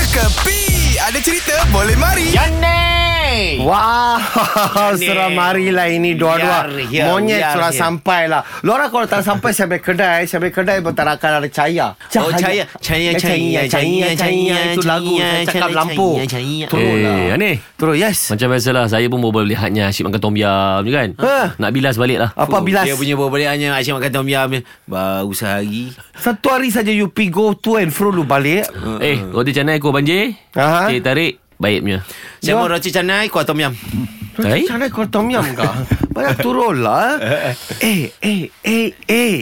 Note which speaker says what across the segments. Speaker 1: Kepi Ada cerita boleh mari
Speaker 2: Ya. Yanni
Speaker 3: Wah,
Speaker 2: Ni.
Speaker 3: seram marilah ini dua-dua.
Speaker 2: Biar here, biar
Speaker 3: Monyet sudah
Speaker 2: here.
Speaker 3: sampai lah. Lora kalau tak sampai sampai kedai, sampai kedai pun tak akan ada cahaya.
Speaker 2: Oh, cahaya. Cahaya,
Speaker 3: Eh,
Speaker 2: cahaya,
Speaker 3: cahaya,
Speaker 2: cahaya,
Speaker 3: cahaya. Itu
Speaker 2: cahaya,
Speaker 3: lagu saya cakap
Speaker 2: cahaya,
Speaker 3: lampu.
Speaker 2: cahaya.
Speaker 3: Turun lah.
Speaker 4: Eh, ni.
Speaker 3: Turun, yes.
Speaker 4: Macam biasalah Saya pun baru balik hatnya Asyik makan tom yam je kan
Speaker 3: Ha.
Speaker 4: Nak bilas balik lah
Speaker 3: Apa bilas?
Speaker 2: Oh, Dia punya berbalikannya Asyik makan tom yum Baru sehari
Speaker 3: Satu hari saja you pergi go to and fro lu balik.
Speaker 4: Eh roti canai kau banjir
Speaker 3: Aha.
Speaker 4: Eh tarik Baiknya
Speaker 2: Saya
Speaker 3: Jom.
Speaker 2: mau roti canai Kuah tom yum
Speaker 4: Tarik
Speaker 2: Eh?
Speaker 3: Cara kau tom yam ke? Banyak turun lah. Eh, eh, eh, eh.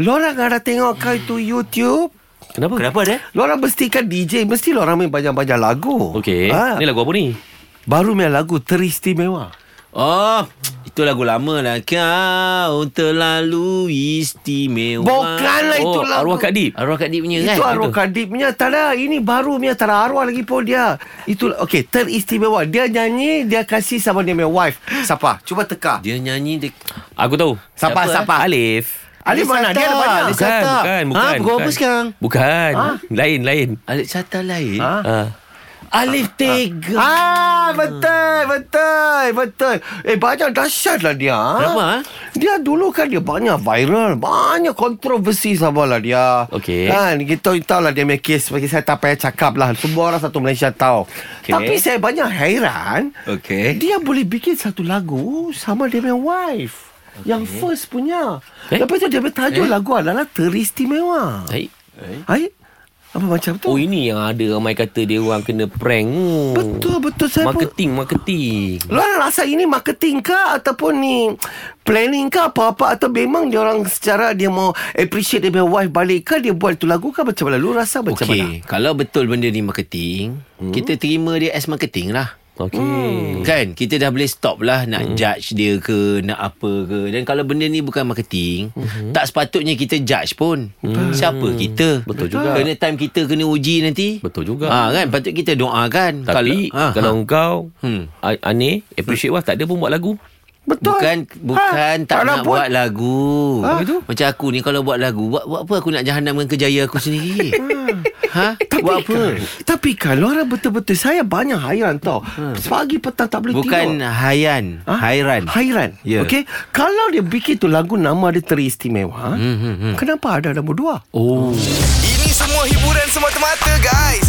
Speaker 3: Lora nggak ada tengok kau itu YouTube?
Speaker 4: Kenapa?
Speaker 2: Kenapa ada?
Speaker 3: Lorang mesti kan DJ Mesti lorang main banyak-banyak lagu
Speaker 4: Okey
Speaker 3: ha,
Speaker 4: Ni lagu apa ni?
Speaker 3: Baru main lagu teristimewa
Speaker 2: Oh Itu lagu lama lah Kau terlalu istimewa
Speaker 3: Bukanlah itu
Speaker 4: oh,
Speaker 3: lagu
Speaker 4: Arwah Kak Deep
Speaker 2: Arwah Kak Deep punya kan
Speaker 3: Itu arwah
Speaker 2: Kak
Speaker 3: Kadip punya Tak ada Ini baru punya Tak ada arwah lagi pun dia Itu Okay Teristimewa Dia nyanyi Dia kasih sama dia punya wife Siapa Cuba teka
Speaker 2: Dia nyanyi dek-
Speaker 4: Aku tahu eh?
Speaker 3: Siapa, siapa?
Speaker 4: Alif
Speaker 3: Ah, Alif mana Dia ada banyak
Speaker 2: Alif
Speaker 4: Bukan
Speaker 2: Satap.
Speaker 4: Bukan
Speaker 2: Ha,
Speaker 4: Bukan
Speaker 2: pukul apa
Speaker 4: bukan.
Speaker 2: sekarang?
Speaker 4: Bukan Lain Lain
Speaker 2: Alif Sata lain
Speaker 3: Ha?
Speaker 4: Ha.
Speaker 2: Alif Tega
Speaker 3: Ah, betul, betul, betul. Eh, banyak dahsyat lah dia. ah.
Speaker 2: Kenapa, ah?
Speaker 3: Dia dulu kan dia banyak viral. Banyak kontroversi sama lah dia.
Speaker 4: Okey.
Speaker 3: Kan, kita tahu lah dia punya kes. Bagi saya tak payah cakap lah. Semua orang satu Malaysia tahu.
Speaker 2: Okey.
Speaker 3: Tapi saya banyak hairan.
Speaker 2: Okey.
Speaker 3: Dia boleh bikin satu lagu sama dia punya wife. Yang first punya.
Speaker 4: Eh?
Speaker 3: Lepas tu dia punya tajuk lagu adalah Teristimewa.
Speaker 4: Baik
Speaker 3: Hai? Apa macam tu?
Speaker 4: Oh ini yang ada ramai kata dia orang kena prank Oh.
Speaker 3: Betul, betul. Saya pun-
Speaker 4: Marketing Marketing
Speaker 3: Lu orang rasa ini marketing ke ataupun ni planning ke apa-apa atau memang dia orang secara dia mau appreciate dia punya wife balik ke dia buat tu lagu ke macam mana? Lu rasa macam
Speaker 2: Okey, kalau betul benda ni marketing, hmm. kita terima dia as marketing lah.
Speaker 4: Okay hmm.
Speaker 2: Kan kita dah boleh stop lah nak hmm. judge dia ke nak apa ke dan kalau benda ni bukan marketing hmm. tak sepatutnya kita judge pun hmm. siapa kita betul juga kena time kita kena uji nanti
Speaker 4: Betul juga.
Speaker 2: ha, kan patut kita doakan
Speaker 4: Tapi kalau,
Speaker 2: ha,
Speaker 4: kalau
Speaker 2: ha.
Speaker 4: engkau
Speaker 2: Hmm.
Speaker 4: hmm. Aneh Appreciate Wah tak ada pun buat lagu
Speaker 3: Betul.
Speaker 2: bukan bukan
Speaker 3: Ha,
Speaker 2: tak,
Speaker 3: tak
Speaker 2: nak
Speaker 3: nak buat.
Speaker 2: buat lagu
Speaker 3: Ha? Begitu?
Speaker 2: macam aku ni kalau buat lagu buat, buat apa aku nak jahanamkan kejayaan aku sendiri ha
Speaker 3: Tapi
Speaker 2: buat apa
Speaker 3: Kan, tapi kan lu orang betul-betul saya banyak hairan tau. Pagi petang tak boleh tidur.
Speaker 2: Ha. bukan hayan
Speaker 3: Ah,
Speaker 2: hairan
Speaker 3: Hairan
Speaker 2: Ya.
Speaker 3: yeah. Okay Kalau dia bikin tu lagu Nama dia teristimewa hmm, hmm, hmm. Kenapa ada nombor dua
Speaker 4: Oh
Speaker 1: Ini semua hiburan semata-mata guys